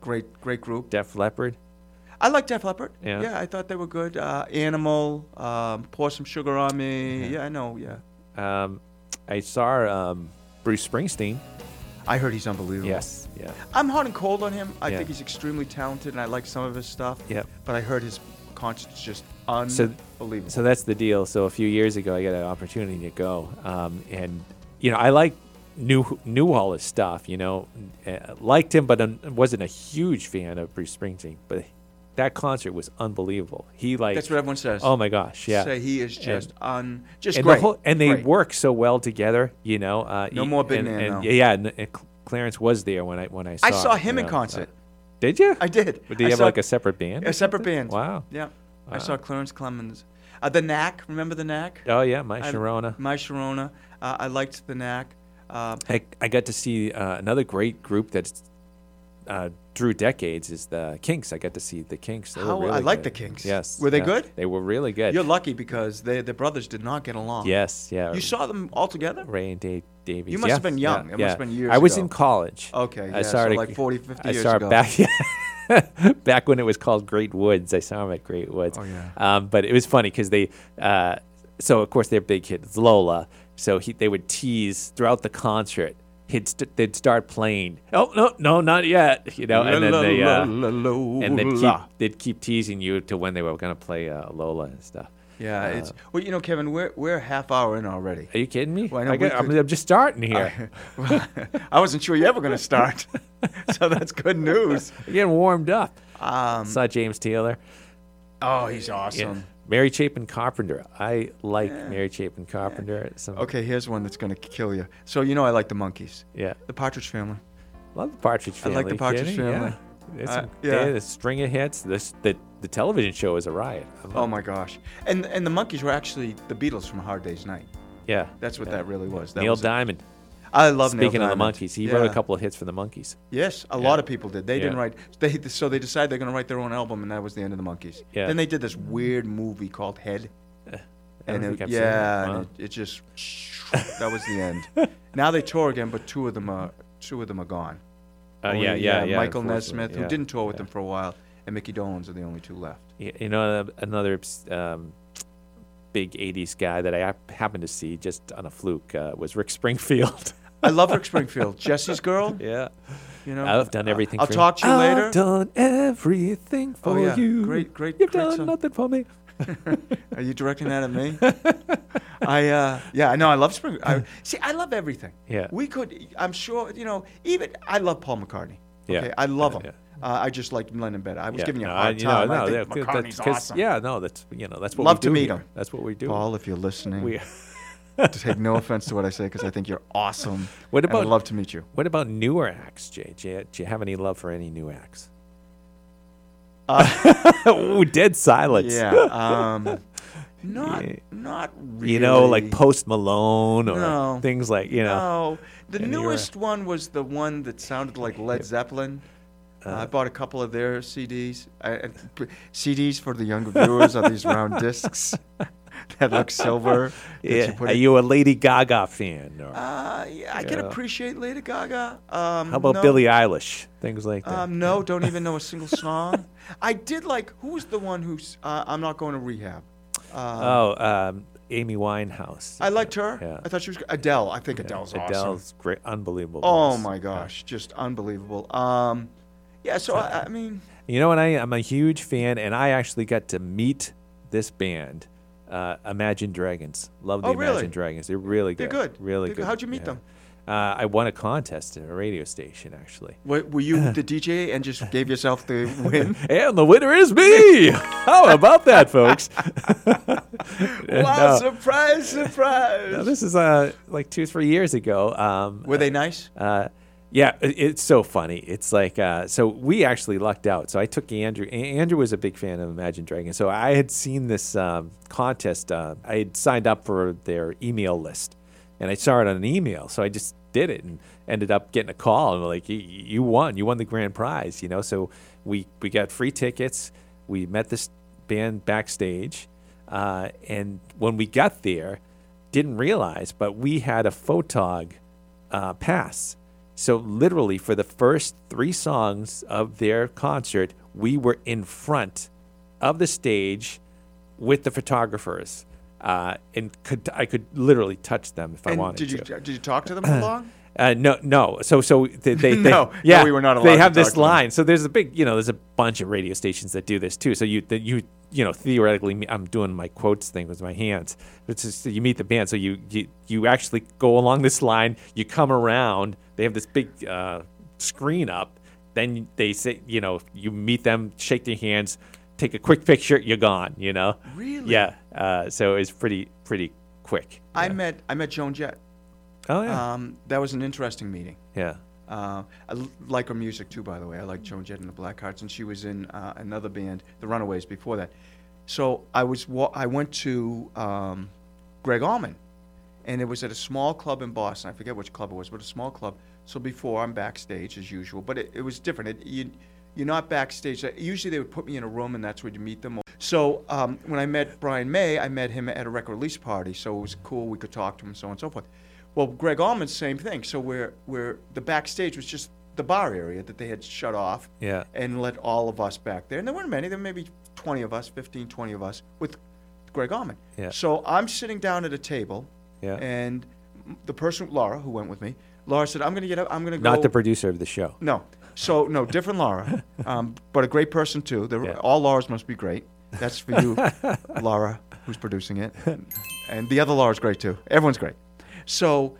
B: great, great group.
A: Def Leppard.
B: I like Def Leppard.
A: Yeah.
B: I thought they were good. Uh, Animal, um, Pour Some Sugar on Me.
A: Mm-hmm.
B: Yeah, I know. Yeah.
A: Um, I saw um, Bruce Springsteen.
B: I heard he's unbelievable.
A: Yes. Yeah.
B: I'm hot and cold on him. I
A: Yeah.
B: think he's extremely talented, and I like some of his stuff.
A: Yep.
B: But I heard his concert's just
A: So-
B: unbelievable.
A: So that's the deal. So a few years ago, I got an opportunity to go, um, and you know, I like knew knew all his stuff. You know, Uh, liked him, but um, wasn't a huge fan of Bruce Springsteen. But that concert was unbelievable. He like
B: That's what everyone says.
A: Oh my gosh, yeah.
B: Say he is just un, just
A: and
B: great.
A: the whole, and they
B: Great.
A: work so well together. You know, uh,
B: No
A: y-
B: more Big
A: and,
B: Man,
A: and-
B: no.
A: Yeah, and, and Cl- Clarence was there when I when I saw.
B: I saw
A: it,
B: him
A: you
B: in
A: know, so-
B: concert.
A: Did you?
B: I did.
A: But did you
B: I
A: have
B: saw
A: like a separate band? or
B: a separate
A: something?
B: band.
A: Wow.
B: Yeah,
A: Wow.
B: I saw Clarence Clemens. Uh, the Knack. Remember the Knack?
A: Oh yeah, my
B: I-
A: Sharona.
B: My Sharona. Uh, I liked the Knack. Uh,
A: I, I got to see uh, another great group that's uh, drew decades is the Kinks. I got to see the Kinks. They were
B: How- I
A: really
B: like
A: good.
B: the Kinks.
A: Yes.
B: Were they
A: yeah.
B: good?
A: They were really good.
B: you're lucky because they, the brothers did not get along.
A: yes. Yeah.
B: You saw them all together?
A: Ray and Dave Davies.
B: You must have
A: Yeah,
B: been young.
A: yeah,
B: It must have
A: yeah.
B: been years
A: I was
B: ago.
A: in college.
B: Okay,
A: I
B: yeah,
A: saw
B: so
A: it at-
B: like 40, 50
A: I
B: years
A: saw
B: ago.
A: It back, back when it was called Great Woods. I saw him at Great Woods.
B: Oh, yeah.
A: Um, but it was funny because they, uh, so of course their big hit is Lola. So he, they would tease throughout the concert. He'd st- they'd start playing. Oh no, no, not yet. You know, and then they uh, and they'd keep they'd keep teasing you to when they were going to play uh, Lola and stuff.
B: Yeah,
A: Uh,
B: it's well, you know, Kevin, we're we're a half hour in already.
A: Are you kidding me?
B: Why
A: I
B: don't we
A: got- I'm,
B: could-
A: I'm just starting here.
B: I wasn't sure you ever going to start, so that's good news.
A: I'm getting warmed up.
B: Um,
A: Saw James Taylor.
B: oh, he's awesome.
A: Yeah. Mary Chapin Carpenter. I like Mary Chapin Carpenter. Some,
B: Okay, here's one that's going to kill you. So you know, I like the monkeys,
A: Yeah.
B: the Partridge Family.
A: Love the Partridge
B: I
A: Family.
B: like the Partridge
A: kidding?
B: Family.
A: Yeah. It's
B: Uh,
A: a- they
B: yeah.
A: had a string of hits. This the the television show is a riot. I'm
B: Oh
A: like-
B: my gosh! And and the monkeys were actually the Beatles from Hard Day's Night.
A: yeah.
B: That's what that really was. That
A: Neil
B: was it.
A: Diamond.
B: I love Neil
A: Speaking of the
B: Diamond.
A: monkeys, he wrote a
B: Yeah.
A: couple of hits for the monkeys.
B: Yes, a
A: Yeah.
B: lot of people did. They didn't
A: Yeah.
B: write. They so they decided they're going to write their own album, and that was the end of the monkeys.
A: Yeah. Eh,
B: Then they did this weird movie called Head.
A: I don't
B: and
A: think
B: it,
A: I've seen
B: yeah,
A: that.
B: and
A: Wow.
B: it, it just that was the end. now they tour again, but two of them are two of them are gone.
A: Uh,
B: Only,
A: yeah, yeah, yeah.
B: Oh, Michael
A: unfortunately,
B: Nesmith,
A: yeah.
B: who didn't tour with them for a while, and Mickey Dolenz are the only two left.
A: Y- You know, uh, another um, big '80s guy that I hap- happened to see just on a fluke uh, was Rick Springfield.
B: I love Rick Springfield, Jesse's girl.
A: yeah.
B: You know,
A: I've done everything.
B: I'll
A: for Oh,
B: talk to you
A: I've
B: later.
A: done everything for
B: Oh, yeah.
A: you.
B: Great- great-
A: You've
B: great
A: done
B: song.
A: nothing for me.
B: Are you directing that at me? I uh, yeah, I know. I love Spring. I, see, I love everything.
A: Yeah.
B: we could. I'm sure you know. Even I love Paul McCartney.
A: Yeah.
B: okay? I love him.
A: Yeah.
B: Uh, I just liked Lennon better. I was
A: Yeah,
B: giving you a
A: no,
B: hard
A: I, you know,
B: time.
A: no,
B: I
A: yeah,
B: think
A: 'cause that-
B: McCartney's
A: 'cause-
B: awesome.
A: Yeah, no, that's you know that's what
B: Love
A: we
B: to
A: do
B: meet
A: here.
B: him.
A: That's what we do.
B: Paul, if you're listening,
A: We,
B: take no offense to what I say because I think you're awesome.
A: What
B: and
A: about-
B: I'd love to meet you.
A: what about newer acts, Jay? Do you, do you have any love for any new acts? Ooh, dead silence.
B: Uh, Yeah. Um, not
A: Yeah.
B: not really.
A: You know, like Post Malone or
B: No.
A: things like you know.
B: No, Oh, the
A: Oh. And you were-
B: newest one was the one that sounded like Led Zeppelin. Uh,
A: Uh-huh.
B: I bought a couple of their CDs. I, and p- CDs for the younger viewers are these round discs that look silver. that
A: Yeah.
B: you put
A: Are
B: in-
A: you a Lady Gaga fan? Or
B: Uh, yeah, I can
A: Yeah.
B: appreciate Lady Gaga. Um,
A: how about
B: no,
A: Billie Eilish? Things like that.
B: Um, no, don't even know a single song. I did like who was the one who's uh, I'm not going to rehab. Uh,
A: oh, um, Amy Winehouse.
B: I liked her.
A: Yeah.
B: I thought she was Adele. I think Adele's awesome.
A: Adele's great, unbelievable.
B: Oh
A: voice.
B: my gosh, just unbelievable. Um, yeah. So I, I mean,
A: You know what? I, I'm a huge fan, and I actually got to meet this band, uh, Imagine Dragons. Love the
B: Oh,
A: Imagine
B: really?
A: Dragons. They're really
B: They're
A: good.
B: good.
A: Really
B: They're
A: good.
B: good. How'd you meet them?
A: Uh, I won a contest at a radio station, actually.
B: were,
A: Uh-huh.
B: were you the DJ and just gave yourself the win?
A: And the winner is me. How about that, folks? No.
B: wow! Surprise! Surprise!
A: Now, this is uh, like two, three years ago. Um,
B: were they nice?
A: Uh, yeah, it- it's so funny. It's like uh, so we actually lucked out. So I took Andrew. A- Andrew was a big fan of Imagine Dragons. So I had seen this um, contest. Uh, I had signed up for their email list, and I saw it on an email. So I just did it and ended up getting a call and like, "You- "You won! You won the grand prize!" You know. So we we got free tickets. We met this band backstage, uh, and when we got there, didn't realize, but we had a photog uh, pass. So literally, for the first three songs of their concert, we were in front of the stage with the photographers, uh, and could I could literally touch them if I
B: and
A: wanted
B: did you
A: to.
B: did you talk to them for long?
A: Uh, no, no. So, so they, they, they
B: No, no,
A: yeah,
B: we were not
A: They
B: allowed
A: have
B: to talk
A: this
B: to them.
A: line. So there's a big, you know, there's a bunch of radio stations that do this too. So you, that you, you know, theoretically, me- I'm doing my quotes thing with my hands. It's just you meet the band, so you you, you actually go along this line. You come around. They have this big uh, screen up. Then they say, you know, you meet them, shake their hands, take a quick picture. You're gone. You know.
B: Really?
A: Yeah. Uh, so it's pretty pretty quick.
B: I met I met Joan Jett.
A: Oh yeah.
B: Um, that was an interesting meeting.
A: yeah.
B: Uh, I l- like her music too, by the way. I like Joan Jett and the Black Hearts, and she was in uh, another band, the Runaways, before that. So I was wa- I went to um, Greg Allman, and it was at a small club in Boston. I forget which club it was, but a small club. So before I'm backstage as usual, but it, it was different. It, you, you're not backstage. Uh, Usually they would put me in a room, and that's where you meet them. So um, when I met Brian May, I met him at a record release party. So it was cool. We could talk to him, so on and so forth. Well, Greg Allman's same thing. So where where the backstage was just the bar area that they had shut off
A: Yeah.
B: and let all of us back there. And there weren't many, there were maybe 20 of us, 15, 20 of us with Greg Allman.
A: Yeah.
B: So I'm sitting down at a table
A: Yeah.
B: and the person, Laura, who went with me, Laura said, I'm going to get up, I'm going to go.
A: Not the producer of the show.
B: No. So no, different Laura, um, but a great person too. They're-
A: Yeah.
B: All Laura's must be great. That's for you, Laura, who's producing it, and the other Laura's great too. Everyone's great. So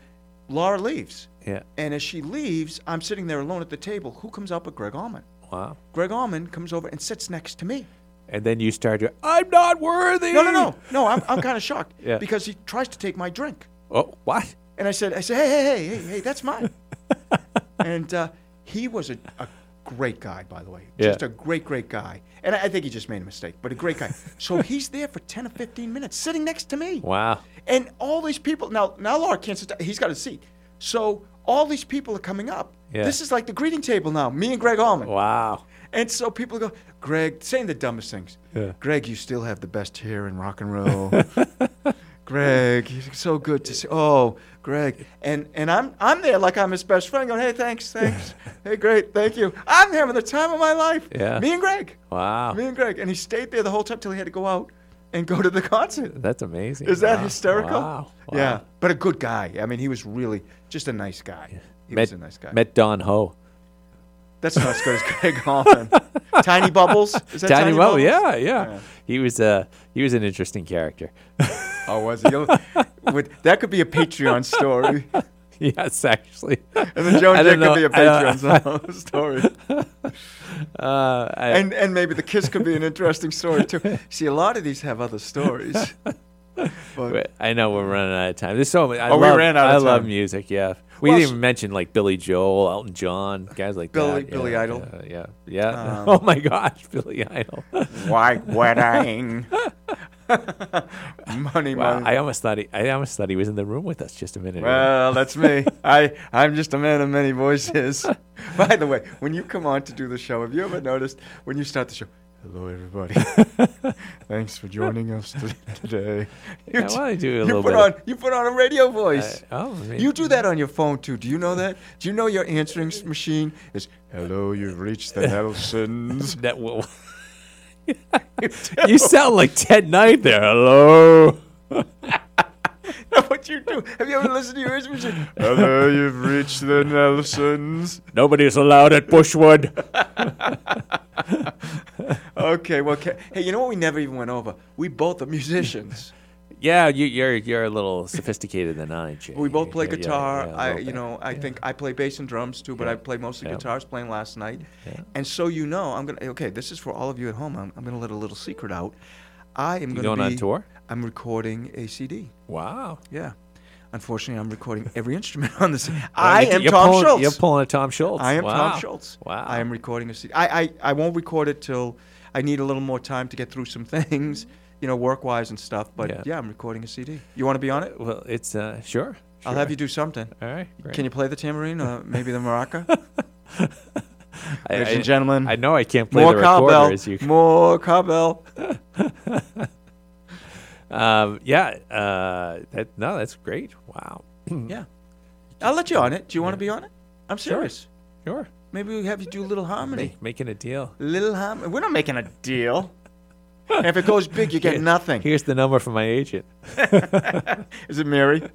B: Laura leaves,
A: Yeah.
B: and as she leaves, I'm sitting there alone at the table. Who comes up but Greg Allman?
A: Wow.
B: Greg Allman comes over and sits next to me.
A: And then you start to, I'm not worthy.
B: No, no, no, no. I'm, I'm kind of shocked
A: Yeah.
B: because he tries to take my drink.
A: Oh, what?
B: And I said, I said, hey, hey, hey, hey, hey, that's mine. and uh, he was a, a great guy, by the way.
A: Yeah.
B: Just a great, great guy. And I, I think he just made a mistake, but a great guy. so he's there for 10 or 15 minutes sitting next to me.
A: Wow.
B: And all these people, now, now Laura can't sit down. He's got a seat. So all these people are coming up.
A: Yeah.
B: This is like the greeting table now, me and Greg Allman.
A: Wow.
B: And so people go, Greg, saying the dumbest things.
A: Yeah.
B: Greg, you still have the best hair in rock and roll. Greg, you're so good to see. Oh, Greg, and and I'm I'm there like I'm his best friend, going, hey, thanks, thanks, hey, great, thank you. I'm having the time of my life.
A: Yeah.
B: Me and Greg,
A: Wow.
B: me and Greg, and he stayed there the whole time till he had to go out and go to the concert.
A: That's amazing.
B: Is that
A: Wow.
B: hysterical?
A: Wow. Wow.
B: Yeah, but a good guy. I mean, he was really just a nice guy. He
A: Met,
B: was a nice guy.
A: Met Don Ho.
B: That's not as good as Greg Allman. Tiny Bubbles. Is that
A: Tiny Bubble. Yeah,
B: Yeah.
A: yeah. He was uh, he was an interesting character.
B: Oh, was it? You'll- Would, that could be a Patreon story.
A: yes, actually. Uh,
B: And then Joan
A: I
B: Jett
A: don't
B: could
A: know.
B: be a
A: I don't-
B: Patreon so- story.
A: Uh, I,
B: And and maybe the kiss could be an interesting story too. See, a lot of these have other stories. But
A: But I know we're running out of time. There's so many. I
B: Oh, we
A: love,
B: ran out
A: I
B: of
A: love
B: time.
A: music. Yeah, we
B: Well,
A: didn't
B: s-
A: even mention like Billy Joel, Elton John, guys like
B: Billy-
A: that.
B: Billy
A: yeah,
B: Idol.
A: Yeah, yeah. yeah.
B: Um,
A: oh my gosh, Billy Idol.
B: white wedding, money,
A: wow,
B: money.
A: I almost thought he, I almost thought he was in the room with us just a minute ago.
B: Well, that's me. I I'm just a man of many voices. By the way, when you come on to do the show, have you ever noticed when you start the show? Hello, everybody. Thanks for joining us t- today. You,
A: Yeah,
B: t-
A: well, I do a
B: you
A: little
B: put
A: bit
B: on
A: of-
B: you put on a radio
A: I-
B: voice.
A: oh, I mean-
B: you do that on your phone too. Do you know that? Do you know your answering s- machine is "Hello, you've reached the Nelsons."
A: That will. you sound like Ted Knight there. Hello.
B: what you do? Have you ever listened to your answering machine? Hello, you've reached the Nelsons.
A: Nobody's allowed at Bushwood.
B: Okay, well, ca- hey, you know what? We never even went over. We both are musicians.
A: yeah, you, you're you're a little sophisticated than I am. Jay.
B: We both play
A: Yeah, yeah,
B: guitar.
A: yeah, a
B: I,
A: little
B: you
A: bit.
B: know, I
A: Yeah.
B: think I play bass and drums too, but I
A: Yeah.
B: play mostly
A: Yeah.
B: guitar. I was playing last night,
A: Yeah.
B: and so you know, I'm gonna. Okay, this is for all of you at home. I'm, I'm gonna let a little secret out. I am
A: You
B: gonna
A: going on
B: be-
A: tour?
B: I'm recording a CD.
A: Wow.
B: Yeah, unfortunately, I'm recording every instrument on this.
A: Well,
B: I
A: you're-
B: am
A: you're
B: Tom
A: pulling,
B: Schultz.
A: You're pulling a Tom Schultz.
B: I am
A: Wow.
B: Tom Schultz.
A: Wow.
B: I am recording a CD. I, I, I won't record it till I need a little more time to get through some things, you know, work wise and stuff. But yeah.
A: Yeah.
B: I'm recording a CD. You want to be on it?
A: Well, it's uh, sure.
B: I'll
A: sure.
B: have you do something.
A: All right. Great.
B: Can you play the tambourine or maybe the maraca?
A: I,
B: Ladies
A: I-
B: and gentlemen,
A: I know I can't play
B: more
A: the recorder
B: cowbell.
A: as you.
B: More cowbell.
A: Um, yeah. Uh, that, no, that's great. Wow.
B: Yeah. I'll let you on it. Do you want to be on it? I'm serious.
A: Sure.
B: Maybe we have you do a little harmony.
A: Make, making a deal.
B: Little harmony. We're not making a deal. And if it goes big, you get
A: Here-
B: nothing.
A: Here's the number for my agent.
B: Is it Mary?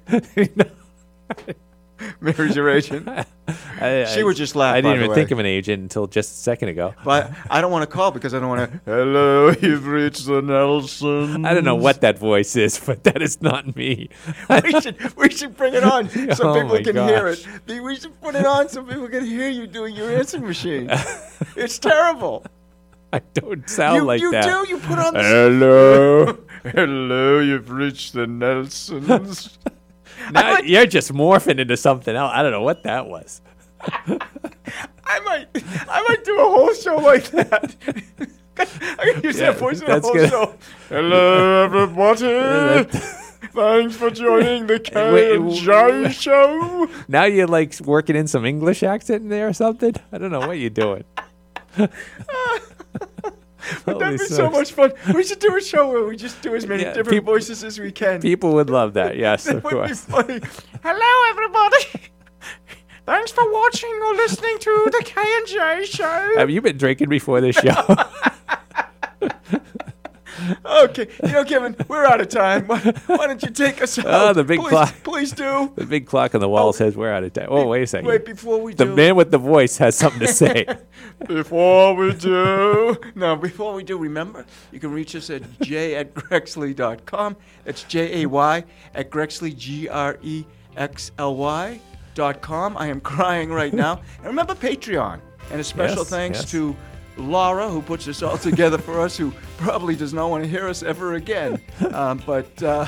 B: Mary's your agent.
A: I,
B: She
A: I-
B: would just laugh,
A: I didn't
B: by the
A: even think
B: way.
A: of an agent until just a second ago.
B: But I don't want to call because I don't want to. Hello, you've reached the Nelson.
A: I don't know what that voice is, but that is not me.
B: we should we should bring it on so
A: Oh
B: people
A: my
B: can hear it. Be- We should put it on so people can hear you doing your answering machine. it's terrible.
A: I don't sound
B: you
A: like
B: you
A: that.
B: do. You put on the.
A: Hello.
B: Hello, you've reached the Nelsons.
A: Now
B: like-
A: you're just morphing into something else. I don't know what that was.
B: I might I might do a whole show like that. I can use
A: Yeah,
B: that voice in a
A: that's
B: whole
A: good.
B: show. Hello, everybody.
A: that-
B: Thanks for joining the
A: Wait,
B: Ken and
A: w-
B: Jay Show.
A: Now you're like working in some English accent in there or something. I don't know what you're doing. Holy
B: That'd be so
A: smokes.
B: much fun. We should do a show where we just do as many
A: Yeah,
B: different
A: peop-
B: voices as we can.
A: People would love that. Yes,
B: that
A: of
B: would
A: course.
B: be funny. Hello, everybody. Thanks for watching or listening to the K and J Show.
A: Have you been drinking before this show?
B: Okay, you know, Kevin, we're out of time. Why, why don't you take us out?
A: Ah, the big
B: please,
A: clock.
B: Please do.
A: the big clock on the wall says we're out of time. Oh, wait a second.
B: Wait, before we
A: the
B: do.
A: man with the voice has something to say.
B: Before we do. No, before we do, remember, you can reach us at j at grexley.com. That's J A Y at grexley, G R E X L Y dot com. I am crying right now. And remember Patreon. And a special
A: Yes,
B: thanks
A: yes.
B: to Laura, who puts this all together for us, who probably does not want to hear us ever again. Um, but uh,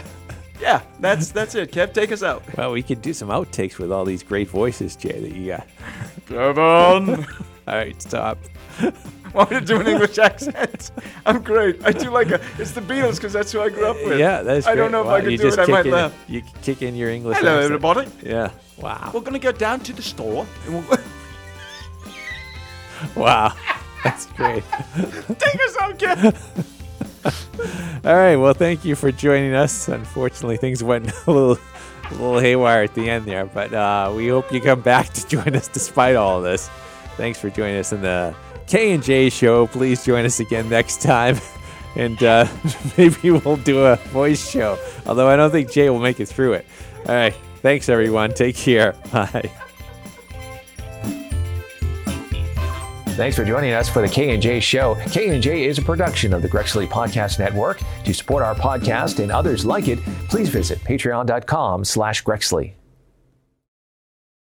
B: yeah, that's that's it. Kev, take us out.
A: well, we could do some outtakes with all these great voices, Jay, that you got.
B: Kevin!
A: All right, stop.
B: want me to do an English accent. I'm great. I do like a. It's the Beatles because that's who I grew up with.
A: Yeah, that's
B: I
A: great.
B: don't know if
A: Wow,
B: I could
A: you
B: do
A: just
B: it. I
A: kick
B: might
A: in,
B: laugh.
A: You kick in your English.
B: Hello,
A: accent.
B: everybody.
A: Yeah. Wow.
B: We're gonna go down to the store. And we'll
A: Wow. That's great.
B: Take us out, kid.
A: All right. Well, thank you for joining us. Unfortunately, things went a little, a little haywire at the end there, but uh, we hope you come back to join us despite all of this. Thanks for joining us in the K and J show. Please join us again next time, and uh, maybe we'll do a voice show. Although I don't think Jay will make it through it. All right. Thanks, everyone. Take care. Bye.
C: Thanks for joining us for the K&J Show. K&J is a production of the Grexley Podcast Network. To support our podcast and others like it, please visit patreon.com slash Grexley.